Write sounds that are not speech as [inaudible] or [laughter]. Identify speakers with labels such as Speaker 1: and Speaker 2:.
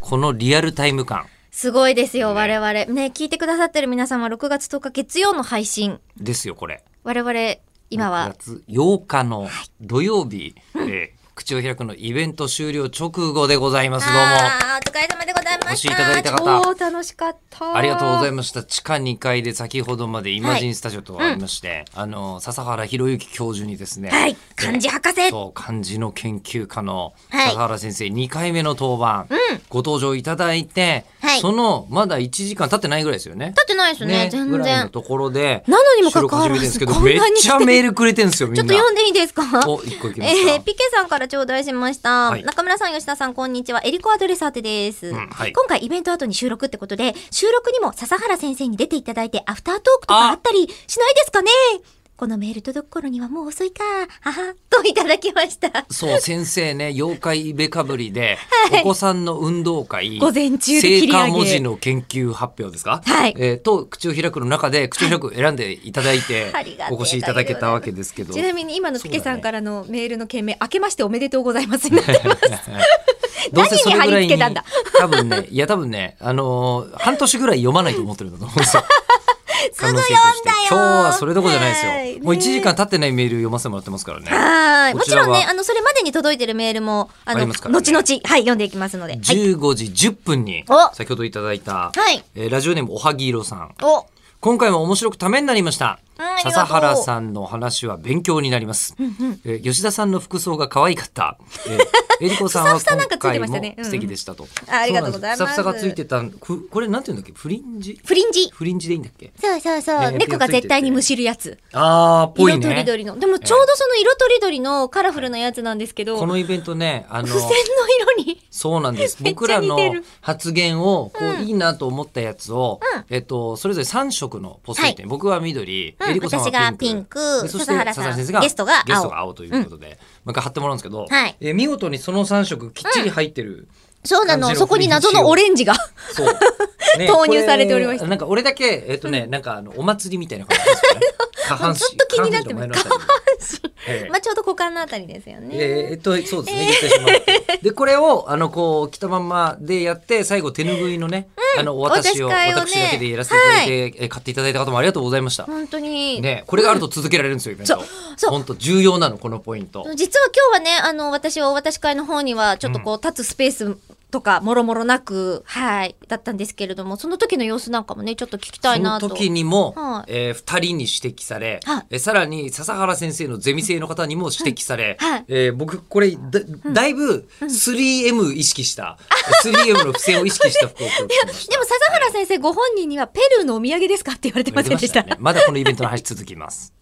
Speaker 1: このリアルタイム感
Speaker 2: すごいですよ、我々。ね、聞いてくださってる皆様、6月10日月曜の配信。
Speaker 1: ですよこれ
Speaker 2: 我々、今
Speaker 1: 6
Speaker 2: は、
Speaker 1: 月8日の土曜日、えー口を開くのイベント終了直後でございますどうも
Speaker 2: あーお疲れ様でございました。
Speaker 1: お越しいただいた方
Speaker 2: 超楽しかった。
Speaker 1: ありがとうござい
Speaker 2: ま
Speaker 1: ました。地下2階で先ほどまでイマジンスタジオとありまして、あの、笹原博之教授にですね、
Speaker 2: はい、漢字博士。
Speaker 1: そう、漢字の研究家の
Speaker 2: はい
Speaker 1: 笹原先生、2回目の登板、ご登場いただいて、
Speaker 2: はい
Speaker 1: その、まだ1時間経ってないぐらいですよね。
Speaker 2: 立ってないですよね、全
Speaker 1: ぐらい
Speaker 2: 然
Speaker 1: の。ところで、
Speaker 2: なのにもかかわらず
Speaker 1: 収録始
Speaker 2: こん
Speaker 1: め
Speaker 2: な
Speaker 1: てる
Speaker 2: に
Speaker 1: んですけど、めっちゃメールくれてるんですよ、みん
Speaker 2: ち
Speaker 1: な。
Speaker 2: ょっと読んでいいですか
Speaker 1: お、1個いきますか。
Speaker 2: えー、ピケさんから頂戴しました、
Speaker 1: はい
Speaker 2: 中村さん吉田さんこんにちはエリコアドレス宛てです、
Speaker 1: んはい
Speaker 2: 今回イベント後に収録ってことで収録にも笹原先生に出ていただいてアフタートークとかあったりしないですかねこのメール届く頃にはもう遅いかははといただきました
Speaker 1: そう先生ね妖怪イベかぶりで、お子さんの運動会
Speaker 2: 午前中で切り上げ
Speaker 1: 成果文字の研究発表ですか、
Speaker 2: はい
Speaker 1: えーと口を開くの中で口を開く選んでいただいて
Speaker 2: [laughs] ありがてえ
Speaker 1: お越しいただけたわけですけど
Speaker 2: ちなみに今のピケさんからのメールの件名、明けましておめでとうございます
Speaker 1: [laughs] どうせそれぐらい
Speaker 2: 何に貼り付
Speaker 1: に
Speaker 2: けたんだ
Speaker 1: 多分ねいや多分ねあのー半年ぐらい読まないと思ってるんだと思うん
Speaker 2: [laughs]
Speaker 1: ですよ。可能性として
Speaker 2: すぐ読んだよ
Speaker 1: 今日はそれどころじゃないですよ。
Speaker 2: はい
Speaker 1: もう1時間経ってないメール読ませてもらってますからね。
Speaker 2: はい
Speaker 1: こ
Speaker 2: もち
Speaker 1: ちら [laughs] は
Speaker 2: ろんねあのそれまでに届いてるメールもあの
Speaker 1: ありますからね
Speaker 2: 後々はい読んでいきますのではい
Speaker 1: 15時10分に
Speaker 2: お
Speaker 1: 先ほどいただいた、
Speaker 2: はい
Speaker 1: えーラジオネームおはぎいろさん
Speaker 2: お
Speaker 1: 今回も面白くためになりました、
Speaker 2: うんありがとう
Speaker 1: 笹原さんのお話は勉強になります、えー吉田さんの服装が可愛かった、
Speaker 2: [laughs]
Speaker 1: えー、えりこさんは
Speaker 2: ふさふさなん
Speaker 1: 今
Speaker 2: かついて
Speaker 1: 回
Speaker 2: まし
Speaker 1: も
Speaker 2: たねうん
Speaker 1: 素敵でしたと、
Speaker 2: あありがとうございます
Speaker 1: そなんでふさふさがついてたふこれなんていうんだっけフリンジ
Speaker 2: フリンジ
Speaker 1: フリンジでいいんだっけ
Speaker 2: そうそうそう、
Speaker 1: ね
Speaker 2: 猫が絶対にむしるやつ
Speaker 1: あーぽい
Speaker 2: 色
Speaker 1: ね
Speaker 2: とりどりの。でもちょうどその色とりどりのカラフルなやつなんですけど、
Speaker 1: このイベントねあの
Speaker 2: 付箋の色に。
Speaker 1: そうなんです。
Speaker 2: [laughs] めっちゃ
Speaker 1: 僕らの
Speaker 2: 似てる
Speaker 1: 発言を、こう、いいなと思ったやつを、えっと、それぞれ3色のポストイットに、僕は緑、
Speaker 2: うん
Speaker 1: えりこさんは
Speaker 2: 私がピンク
Speaker 1: でそして
Speaker 2: 笹原さん
Speaker 1: 笹先生が
Speaker 2: ゲストが青
Speaker 1: ゲストが青ということで、もう一回貼ってもらうんですけど、
Speaker 2: はい
Speaker 1: えー見事にその3色きっちり入ってる。
Speaker 2: そうなの、
Speaker 1: 感じの
Speaker 2: そこに謎のオレンジが。
Speaker 1: そう。
Speaker 2: [laughs]
Speaker 1: ね
Speaker 2: 投入されておりまし
Speaker 1: こ
Speaker 2: た
Speaker 1: れなんか俺だけ、えっとね、なんかあの、お祭りみたいな感じです
Speaker 2: [laughs]
Speaker 1: よね。下半身。
Speaker 2: ずっと気になってます
Speaker 1: 下半身とお前のあたりええ
Speaker 2: まあちょうど股間のあたりですよね。
Speaker 1: えーえっと、そうですね。言ってしまうとで、これを、あの、こう、着たまんまでやって、最後、手拭いのね、あの、お渡しを、
Speaker 2: お渡し会をね
Speaker 1: 私だけでやらせていただいて、えー買っていただいた方もありがとうございました。
Speaker 2: 本当に。
Speaker 1: ね、これがあると続けられるんですよ、イベント。
Speaker 2: そう
Speaker 1: 本当重要なの、このポイント。
Speaker 2: 実は今日はね、あの、私はお渡し会の方には、ちょっとこう、立つスペースとか、もろもろなく、はい、だったんですけれども、その時の様子なんかもね、ちょっと聞きた
Speaker 1: そ
Speaker 2: いな
Speaker 1: の
Speaker 2: と。
Speaker 1: 時にも、
Speaker 2: はい
Speaker 1: えー二人に指摘され、
Speaker 2: はい
Speaker 1: えーさらに笹原先生のゼミ生の方にも指摘され、
Speaker 2: はいはい
Speaker 1: えー僕これだ,、だいぶ 3M 意識した、3M の付箋を意識した服を今日着てました。
Speaker 2: でも、笹原先生ご本人には、ペルーのお土産ですかって言われてませんでした。
Speaker 1: ねまだこのイベントの話続きます。